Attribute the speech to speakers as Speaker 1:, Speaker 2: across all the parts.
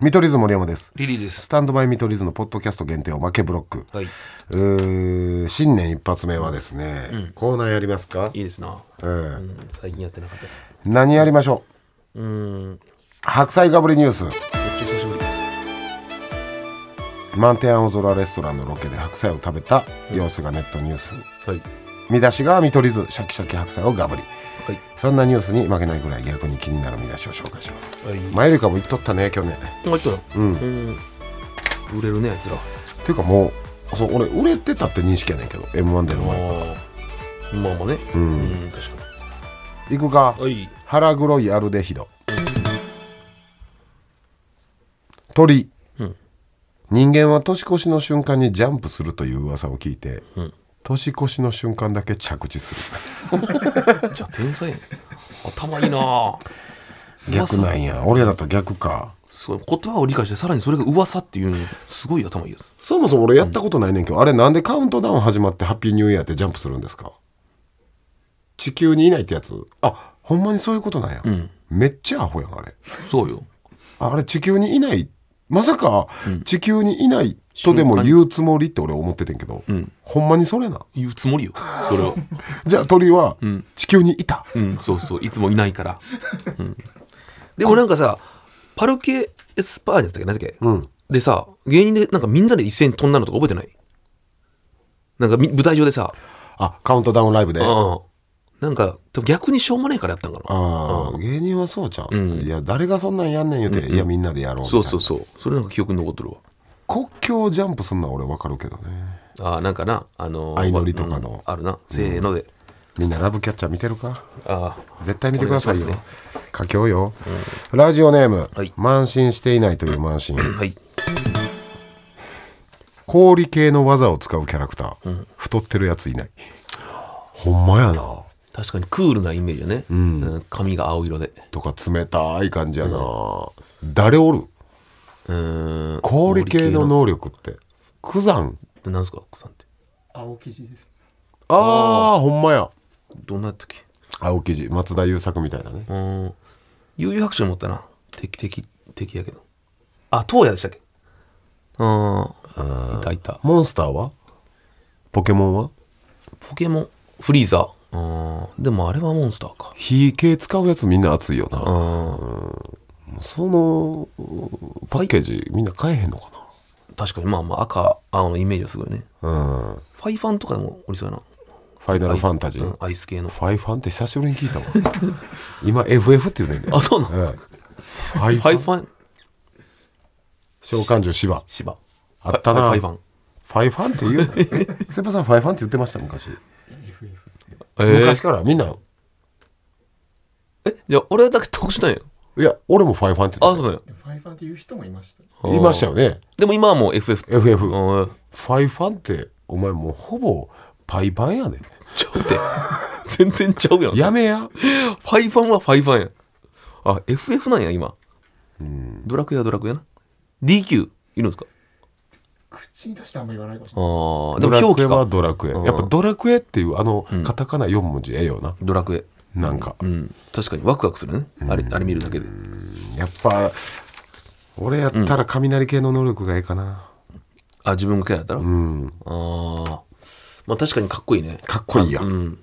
Speaker 1: 見取り図森山です
Speaker 2: リリーで
Speaker 1: ス
Speaker 2: す。
Speaker 1: タンドバイ見取り図のポッドキャスト限定おまけブロック、
Speaker 2: はい。
Speaker 1: うー新年一発目はですね、コーナーやりますか、
Speaker 2: いいですな。
Speaker 1: ええ
Speaker 2: うん最近やってなかったやつ。
Speaker 1: 何やりましょ
Speaker 2: うーん。めっ
Speaker 1: う白菜かぶりニュース
Speaker 2: ちゃ久しぶり。
Speaker 1: 満天青空レストランのロケで白菜を食べた様子がネットニュースに
Speaker 2: はい。
Speaker 1: 見出しが見取り図シャキシャキ白菜をガブリ
Speaker 2: はい。
Speaker 1: そんなニュースに負けないぐらい逆に気になる見出しを紹介します
Speaker 2: はい。
Speaker 1: 前よりかも言っとったね去年
Speaker 2: 入ったら。うん。売れるね、やつら。
Speaker 1: っていうかもうそう俺売れてたって認識やねんけど m 1での前
Speaker 2: ああ。まあまあね。うん。確か
Speaker 1: 行くか
Speaker 2: に。はい。
Speaker 1: 腹黒いアルデヒド鳥、
Speaker 2: うん
Speaker 1: 人間は年越しの瞬間にジャンプするという噂を聞いて、
Speaker 2: うん
Speaker 1: 年越しの瞬間だけ着地す る
Speaker 2: じゃあ天才やね。頭いいな。
Speaker 1: 逆なん
Speaker 2: や。
Speaker 1: や俺らと逆か
Speaker 2: そう言葉を理解してさらにそれが噂っていうのすごい頭いいやつ。
Speaker 1: そもそも俺やったことないねんけど、あれなんでカウントダウン始まってハッピーニューイヤーってジャンプするんですか地球にいないってやつあほんまにそういうことなんや、
Speaker 2: ん
Speaker 1: めっちゃアホやんあれ
Speaker 2: そうよ。
Speaker 1: ああれ地球にいないまさか地球にいないとでも言うつもりって俺思っててんけど、
Speaker 2: ん
Speaker 1: ほんまにそれな
Speaker 2: 言うつもりよ。それは。
Speaker 1: じゃあ鳥は地球にいた、
Speaker 2: うん、そうそう、いつもいな いから。うんでもなんかさ、パルケ・エスパーニャだったっけ何だっけ、
Speaker 1: ん
Speaker 2: でさ、芸人でなんかみんなで一斉に飛んだのとか覚えてないなんかみ舞台上でさ、
Speaker 1: あカウントダウンライブで、あ
Speaker 2: うんなんか多分逆にしょうもないからやったんかな。
Speaker 1: あー芸人はそうじゃん、いや誰がそんなんやんねん言うて、いやみんなでやろうみたい
Speaker 2: そう
Speaker 1: な
Speaker 2: そうそう。それなんか記憶に残ってるわ。
Speaker 1: 国境をジャンプすんのは俺わかるけどね
Speaker 2: ああ、なんかな、あのー、
Speaker 1: 相乗りとかの
Speaker 2: うんあるな、せーので。
Speaker 1: みんなラブキャッチャー見てるか
Speaker 2: ああ、
Speaker 1: 絶対見てくださいよ
Speaker 2: お願いしま
Speaker 1: 佳境よ、ラジオネーム、
Speaker 2: はい
Speaker 1: 慢心していないという慢心
Speaker 2: はい。
Speaker 1: 氷系の技を使うキャラクター、太ってるやついないほんまやな
Speaker 2: 確かにクールなイメージだね。うん髪が青色で。
Speaker 1: とか冷たい感じやな、誰おる
Speaker 2: うーん。
Speaker 1: 氷系の能力って九山
Speaker 2: でなんすか、奥さんって。
Speaker 3: 青生地です
Speaker 1: ああーほんまや
Speaker 2: どんなやったっけ
Speaker 1: 青生地松田優作みたいなね
Speaker 2: うん。悠々白書持ったな。敵、敵、敵やけど。あ、東野でしたっけうん。いたいた。
Speaker 1: モンスターはポケモンは
Speaker 2: ポケモン、フリーザ。うん。でもあれはモンスターか。
Speaker 1: 火系使うやつみんな熱いよな
Speaker 2: うん。
Speaker 1: そのパッケージみんな買えへんのか
Speaker 2: 確かに、まあまあ、赤、青のイメージはすごいね。
Speaker 1: なうん
Speaker 2: ファイファンとかでもおりそうやな。
Speaker 1: ファイナルファンタジー、
Speaker 2: うんアイス系の。
Speaker 1: ファイファンって久しぶりに聞いたわ今 FF って言うねんで、
Speaker 2: あ、そうなの
Speaker 1: ええファイ
Speaker 2: フ
Speaker 1: ファ
Speaker 2: ァイ
Speaker 1: ン
Speaker 2: ファン、
Speaker 1: 召喚獣芝
Speaker 2: 芝。
Speaker 1: あったな
Speaker 2: ファイファン。
Speaker 1: ファイファンって言う え先輩さんファイファンって言ってました昔、
Speaker 3: FF ですね
Speaker 2: え
Speaker 1: 昔からみんな
Speaker 2: え、じゃあ俺だけ特殊なんや。
Speaker 1: いや俺もファイファンって言
Speaker 2: あ、
Speaker 1: って
Speaker 2: そうなんや。
Speaker 3: ファイファンっていう人もいました
Speaker 1: た言いましたよね
Speaker 2: でも今はもう FF。
Speaker 1: FF
Speaker 2: うん。
Speaker 1: ファイファンってお前もうほぼパイパンやね
Speaker 2: ちゃうって。全然ちゃうやん。
Speaker 1: やめや
Speaker 2: ファイファンはファイファンや。あ、FF なんや、今。ドラクエはドラクエやな。DQ、いるんですか
Speaker 3: 口に出してあんま言わないかもし
Speaker 2: あ
Speaker 3: れな
Speaker 2: あ、で
Speaker 3: い
Speaker 1: ド
Speaker 2: も
Speaker 1: ラク
Speaker 2: 表
Speaker 1: エ
Speaker 2: 記
Speaker 1: は
Speaker 2: か。
Speaker 1: ドラクエや
Speaker 2: うん
Speaker 1: っぱドラクエっていうあのカタカナ4文字ええよな
Speaker 2: ドラクエ。
Speaker 1: なんか
Speaker 2: うん。確かにワクワクするね。あれ、あれ見るだけで。
Speaker 1: やっぱ俺やったら雷系の能力がええかな
Speaker 2: あ、自分がキャラやったら、
Speaker 1: うん
Speaker 2: ああ。まあ確かにかっこいいね。
Speaker 1: かっこいいや
Speaker 2: うんん。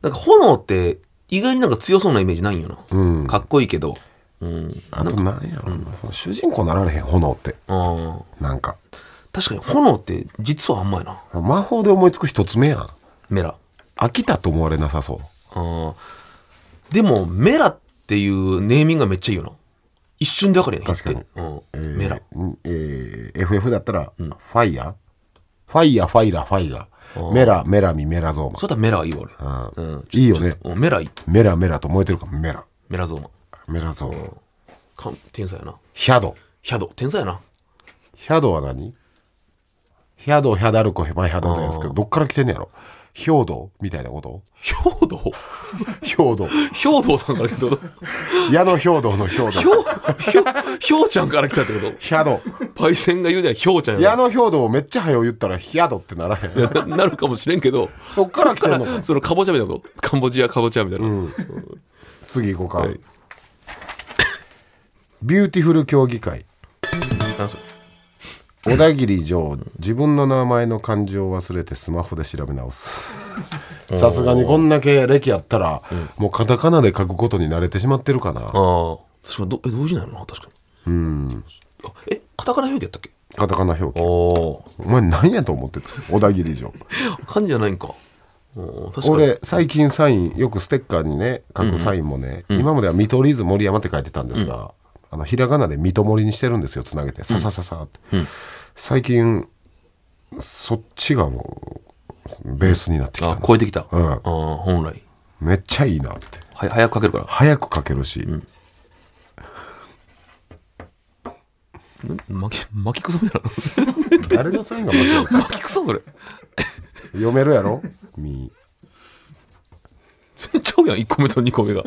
Speaker 2: なんか炎って意外になんか強そうなイメージないんよな。
Speaker 1: うん
Speaker 2: かっこいいけど。うん。
Speaker 1: あとなんやろなその主人公なられへん炎って
Speaker 2: ああ。
Speaker 1: なんか
Speaker 2: 確かに炎って実はあんまやな。
Speaker 1: 魔法で思いつく一つ目やん
Speaker 2: メラ。
Speaker 1: 飽きたと思われなさそう
Speaker 2: あーでもメラっていうネーミングがめっちゃいいよな一瞬で分かるやん
Speaker 1: 確かに、
Speaker 2: うん
Speaker 1: えー
Speaker 2: メラ
Speaker 1: んえー FF だったら、ファイヤーファイヤーファイラーファイガーメラメラミメラゾー
Speaker 2: それだメラはいいわ俺
Speaker 1: マ、うん
Speaker 2: うん
Speaker 1: いいよね
Speaker 2: うんメラいい
Speaker 1: メラメラと燃えてるからメラ
Speaker 2: メラゾーマ
Speaker 1: メラゾーマ
Speaker 2: か天才やな
Speaker 1: ヒャド
Speaker 2: ヒャド天才やな
Speaker 1: ヒャドは何ヒャドヒャダルコヘマイヒャダルですけどどっから来てんねやろ兵道みたいなこと
Speaker 2: 兵道
Speaker 1: 兵道
Speaker 2: 兵道さんから来たってこと
Speaker 1: 矢野兵道の兵道
Speaker 2: 兵兵兵ちゃんから来たってこ
Speaker 1: ヒャド
Speaker 2: とパイセンが言うには兵ちゃん
Speaker 1: 矢
Speaker 2: や
Speaker 1: 野兵道をめっちゃ早う言ったらヒャドってならへん
Speaker 2: ななるかもしれんけど
Speaker 1: そっから来てんのか
Speaker 2: そのカボチャみたいなことカンボジアカボチャみたいな、
Speaker 1: 次行こうか、
Speaker 2: はい
Speaker 1: ビューティフル競技会
Speaker 2: 何それ
Speaker 1: 小田切城自分の名前の漢字を忘れてスマホで調べ直すさすがにこんだけ歴あったら、もうカタカナで書くことに慣れてしまってるかな
Speaker 2: ああ確かにどえ同時なのな確かにうんえカタカナ表記やったっけ
Speaker 1: カタカナ表記
Speaker 2: お
Speaker 1: お前何やと思ってた小田切城
Speaker 2: あ漢字じゃないんかおー確かに
Speaker 1: 俺最近サインよくステッカーにね書くサインもね、今までは「見取り図森山」って書いてたんですが、あのひらがなで「見ともり」にしてるんですよつなげてささささって、最近そっちがもうベースになってきた
Speaker 2: あ
Speaker 1: ね
Speaker 2: 超えてきた、
Speaker 1: うん
Speaker 2: ああ本来
Speaker 1: めっちゃいいなって
Speaker 2: は早くかけるから
Speaker 1: 早く書けるし、
Speaker 2: ん巻き巻きくそみたいな
Speaker 1: 誰のサインが待ってるんですか
Speaker 2: 巻きくそそれ
Speaker 1: 読めるやろみ
Speaker 2: 全然ちゃうやん1個目と2個目が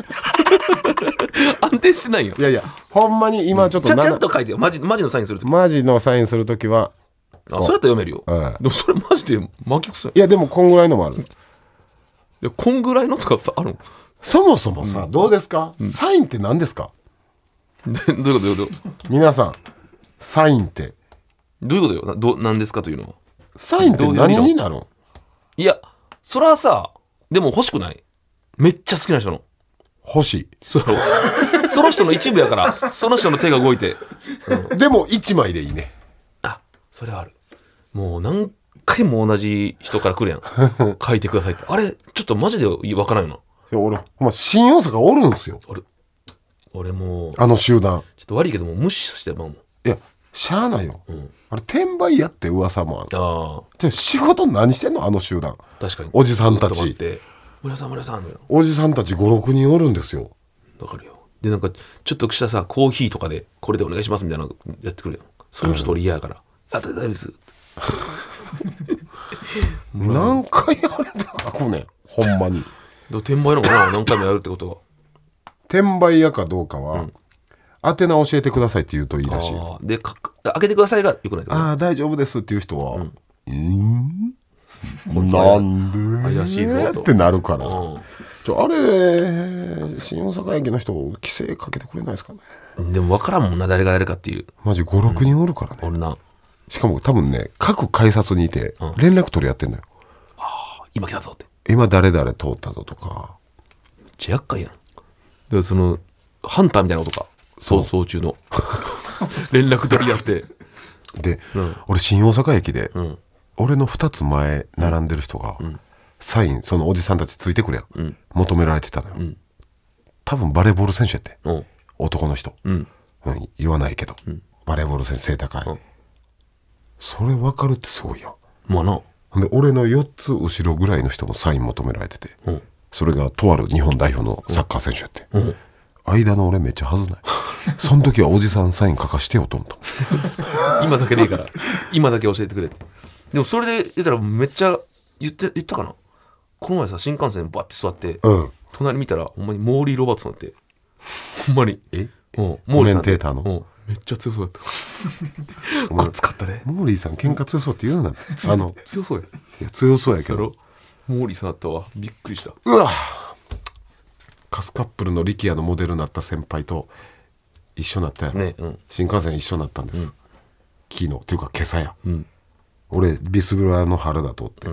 Speaker 2: 安定してないよ
Speaker 1: いやいやほんまに今ちょっ
Speaker 2: ち
Speaker 1: と
Speaker 2: ゃち
Speaker 1: な
Speaker 2: ゃんと書いてよマジマジのサインするとき
Speaker 1: マジのサインするときは
Speaker 2: あそれだったら読めるよ、
Speaker 1: うん
Speaker 2: でもそれマジで巻きくそやん
Speaker 1: いやでもこんぐらいのもある
Speaker 2: でこんぐらいのとかさある
Speaker 1: そもそもさ、どうですか、サインって何ですか
Speaker 2: のでどういうことどういうこと
Speaker 1: 皆さんサインって
Speaker 2: どういうことよなどうなんですかというのは
Speaker 1: サインって
Speaker 2: どういう意味
Speaker 1: 何
Speaker 2: の
Speaker 1: になるん
Speaker 2: いやそれはさでも欲しくないめっちゃ好きな人の
Speaker 1: 欲し
Speaker 2: それはその人の一部やからその人の手が動いて
Speaker 1: いでも1枚でいいね
Speaker 2: あそれはあるもう何回も同じ人から来るや ん書いてくださいってあれちょっとマジでわからんよない
Speaker 1: や俺、まあ、新大阪おるんすよ
Speaker 2: 俺もうちょ
Speaker 1: あの集団
Speaker 2: っと悪いけどもう無視してまうもん
Speaker 1: いやしゃあないよ、
Speaker 2: ん
Speaker 1: あれ転売やって噂もある
Speaker 2: あ
Speaker 1: で仕事何してんのあの集団
Speaker 2: あ確かに
Speaker 1: おじさんたち
Speaker 2: ずっと待って村さん村さんのよ
Speaker 1: おじさんたち56人おるんですよ
Speaker 2: わかるよでなんかちょっとしたさコーヒーとかでこれでお願いしますみたいなのやってくるやんそれもちょっと俺嫌やから、あ大丈夫です
Speaker 1: 何回やれて書くねんほんまに
Speaker 2: で転売のかな何回もやるってことは
Speaker 1: 転売屋かどうかは、宛名教えてくださいって言うといい らしい
Speaker 2: ああでか開けてくださいがよくないってこと
Speaker 1: ああ大丈夫ですっていう人はうんなんで
Speaker 2: 怪しいぞと
Speaker 1: ってなるから、
Speaker 2: うん
Speaker 1: ちょあれ新大阪駅の人規制かけてくれないですかね
Speaker 2: でも分からんもんな誰が誰かっていう
Speaker 1: マジ56人おるからね、
Speaker 2: 俺な
Speaker 1: しかも多分ね各改札にいて
Speaker 2: ん
Speaker 1: 連絡取り合ってんのよ
Speaker 2: 今来たぞって
Speaker 1: 今誰々通ったぞとか
Speaker 2: めっちゃ厄介やんだからそのハンターみたいなことか
Speaker 1: そう
Speaker 2: 逃走中の 連絡取り合って
Speaker 1: で、
Speaker 2: うん
Speaker 1: 俺新大阪駅で、
Speaker 2: ん
Speaker 1: 俺の2つ前並んでる人が、サインそのおじさんたちついてくるやん、
Speaker 2: ん
Speaker 1: 求められてたのよ、
Speaker 2: ん
Speaker 1: 多分バレーボール選手やって
Speaker 2: うん
Speaker 1: 男の人、
Speaker 2: うん
Speaker 1: うん言わないけど、バレーボール選手背高い、
Speaker 2: うん
Speaker 1: それ分かるってすごいやん
Speaker 2: まあな
Speaker 1: ほんで俺の4つ後ろぐらいの人もサイン求められてて、
Speaker 2: うん
Speaker 1: それがとある日本代表のサッカー選手やって、
Speaker 2: うん
Speaker 1: 間の俺めっちゃはずないその時はおじさんサイン書かしてよと思った
Speaker 2: 今だけでいいから今だけ教えてくれってでもそれで言ったらめっちゃ言って言ったかなこの前さ新幹線バッて座って、
Speaker 1: うん
Speaker 2: 隣見たらほんまにモーリー・ロバーツさんってほんまに
Speaker 1: え
Speaker 2: うんモーリーさん
Speaker 1: コメ
Speaker 2: って
Speaker 1: ンテーターの
Speaker 2: うんめっちゃ 強そうだったごっつかったね
Speaker 1: モーリーさん喧嘩強そうって言うな あの
Speaker 2: 強そうや
Speaker 1: いや強そうやけ
Speaker 2: そ
Speaker 1: ど
Speaker 2: ろモーリーさんだったわびっくりした
Speaker 1: うわカスカップルの力也のモデルになった先輩と一緒になったやろ、
Speaker 2: ねうん
Speaker 1: 新幹線一緒になったんです、昨日というか今朝や
Speaker 2: うん
Speaker 1: 俺ビスブラの原田通って、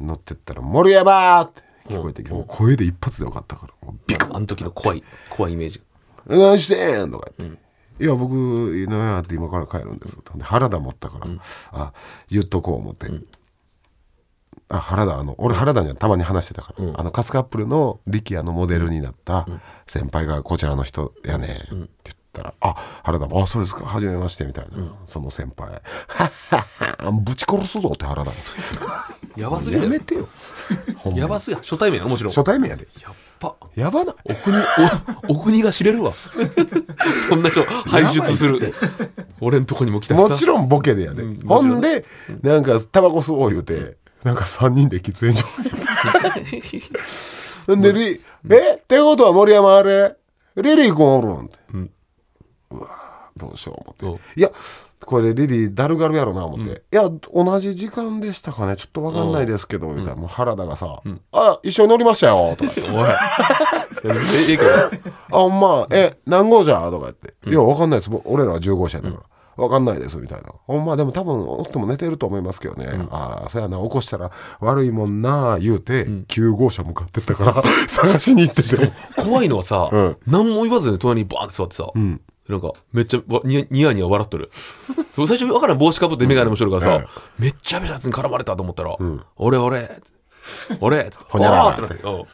Speaker 1: 乗ってったら「森山!」って聞こえてきて、もう声で一発でよかったから「もうビ
Speaker 2: ビクあの時の怖い怖いイメージ
Speaker 1: 何してん!」とか言って。いや僕なんやって今から帰るんです」とで原田持ったから、あ言っとこう思って、あ原田あの俺原田にはたまに話してたから、あのカスカップルの力也のモデルになった先輩がこちらの人やね、って言ったら「あ原田もあそうですか初めまして」みたいな、その先輩「はっはっはぶち殺すぞ」って原田も
Speaker 2: やばすぎ
Speaker 1: や
Speaker 2: る
Speaker 1: め
Speaker 2: や
Speaker 1: てよほんま
Speaker 2: ろやばすぎや初対面やろもちろん
Speaker 1: 初対面やで
Speaker 2: やっぱ
Speaker 1: やばない
Speaker 2: お国お お国が知れるわそんな人排出する俺んとこにも来たしさ
Speaker 1: もちろんボケでやで、
Speaker 2: うん
Speaker 1: ほんでなんかタバコ吸おう言うて、なんか3人で喫煙 所ほんでリ、えってことは森山あれリリー君おるんって、う
Speaker 2: うん
Speaker 1: わーどうしよう
Speaker 2: そ
Speaker 1: 思
Speaker 2: う
Speaker 1: っていやこれリリーだるがるやろな思って、いや同じ時間でしたかねちょっと分かんないですけど、みたいなもう原田がさ「あ一緒に乗りましたよ」とか言って
Speaker 2: おいいやえええけど
Speaker 1: あ、ほんま、え、何号車とか言って。いや、わかんないです。僕俺らは10号車だから。わかんないですみたいなほんまでも多分起きても寝てると思いますけどね、ああそやな起こしたら悪いもんな言うて、9号車向かってったから 探しに行ってて
Speaker 2: 怖いのはさ、
Speaker 1: うん
Speaker 2: 何も言わずに隣にバーンって座ってさ、
Speaker 1: ん
Speaker 2: なんかめっちゃわニヤニヤニヤ笑っ とるそう最初分からん帽子かぶって眼鏡もしとるからさ、めっちゃめちゃやつに絡まれたと思ったら「俺俺俺」つって「
Speaker 1: ほにゃらら
Speaker 2: おーってなって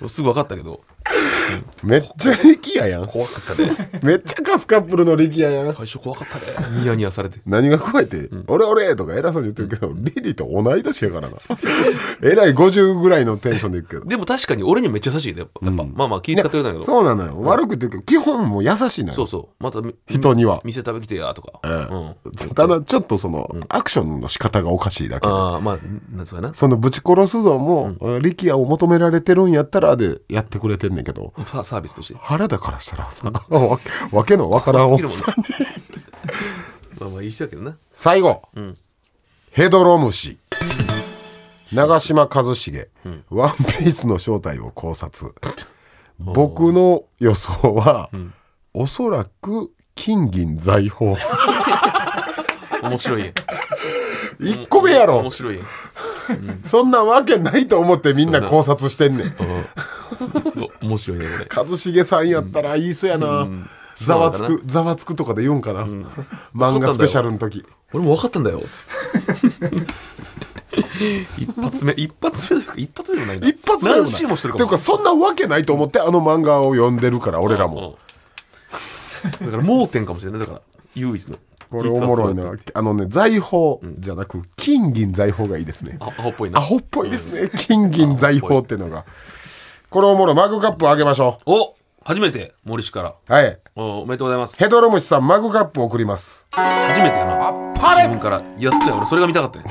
Speaker 2: うんすぐ分かったけど
Speaker 1: めっちゃ力也やん
Speaker 2: 怖かったね
Speaker 1: めっちゃカスカップルの力也やん
Speaker 2: 最初怖かったねニヤニヤされて
Speaker 1: 何が怖いって「俺俺!」とか偉そうに言ってるけど、リリーと同い年やからなえらい50ぐらいのテンションで言うけ ど
Speaker 2: でも確かに俺にもめっちゃ優しいでやっぱ、やっぱまあまあ気使ってくれたんだけど
Speaker 1: そうなのよ、悪くっていうけど基本もう優しいの
Speaker 2: そう
Speaker 1: よ
Speaker 2: そうまたみ
Speaker 1: 人には、
Speaker 2: 店食べきてやとか、うん
Speaker 1: ただちょっとその、アクションの仕方がおかしいだけで
Speaker 2: ああまあなんそうやな
Speaker 1: そのぶち殺すぞも、力也を求められてるんやったらでやってくれてんねんけど
Speaker 2: ササービスとして
Speaker 1: 原田からしたらさ、 わわけのわからんおっ さんに
Speaker 2: まあまあいい人やけどな
Speaker 1: 最後、ヘドロムシ長嶋一茂、ワンピースの正体を考察僕の予想は、おそらく金銀財 宝
Speaker 2: 面白い
Speaker 1: 一個目やろ
Speaker 2: 面白い
Speaker 1: そんなわけないと思ってみんな考察してんねん
Speaker 2: お面白いねこれ
Speaker 1: 一茂さんやったら言いそうやなざわつ
Speaker 2: そう
Speaker 1: くざわつくとかで言うんかな、漫画スペシャルの時
Speaker 2: 俺も分かったんだよ一発目一発目というか一発目でもないな
Speaker 1: 一発目
Speaker 2: 何周もしてる
Speaker 1: て
Speaker 2: か
Speaker 1: いうか
Speaker 2: もし
Speaker 1: そんなわけないと思ってあの漫画を読んでるから俺ら
Speaker 2: れない
Speaker 1: も
Speaker 2: うんだから盲点かもしれないだから唯一の
Speaker 1: これおもろい
Speaker 2: 実は
Speaker 1: な
Speaker 2: そうだっ
Speaker 1: あのね財宝じゃなく金銀財宝がいいですね
Speaker 2: たあアホっぽいな
Speaker 1: アホっぽいですね金銀財宝ってのがこれおもろいマグカップあげましょ
Speaker 2: お初めて森氏から
Speaker 1: うはい
Speaker 2: おおめでとうございます
Speaker 1: ヘドロムシさんマグカップ送ります
Speaker 2: 初めてやな自分からやったよ俺それが見たかったね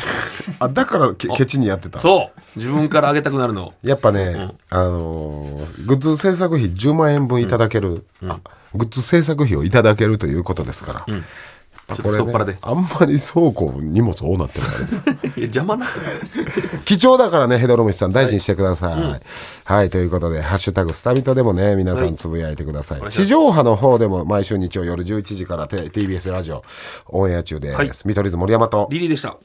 Speaker 1: あだからケケチにやってた
Speaker 2: そう自分からあげたくなるの
Speaker 1: やっぱね、あのーグッズ制作費10万円分いただける、あグッズ制作費をいただけるということですから、やっぱこれ
Speaker 2: ちょっと太っ腹で
Speaker 1: あんまり倉庫荷物多なってないです
Speaker 2: いや邪魔な
Speaker 1: 貴重だからねヘドロムシさん大事にしてください、はいということで「ハッシュタグスタミト」でもね皆さんつぶやいてください、
Speaker 2: いします
Speaker 1: 地上波の方でも毎週日曜夜11時から T- TBS ラジオオンエア中です、
Speaker 2: はい
Speaker 1: 見取り図森山と
Speaker 2: リリーでした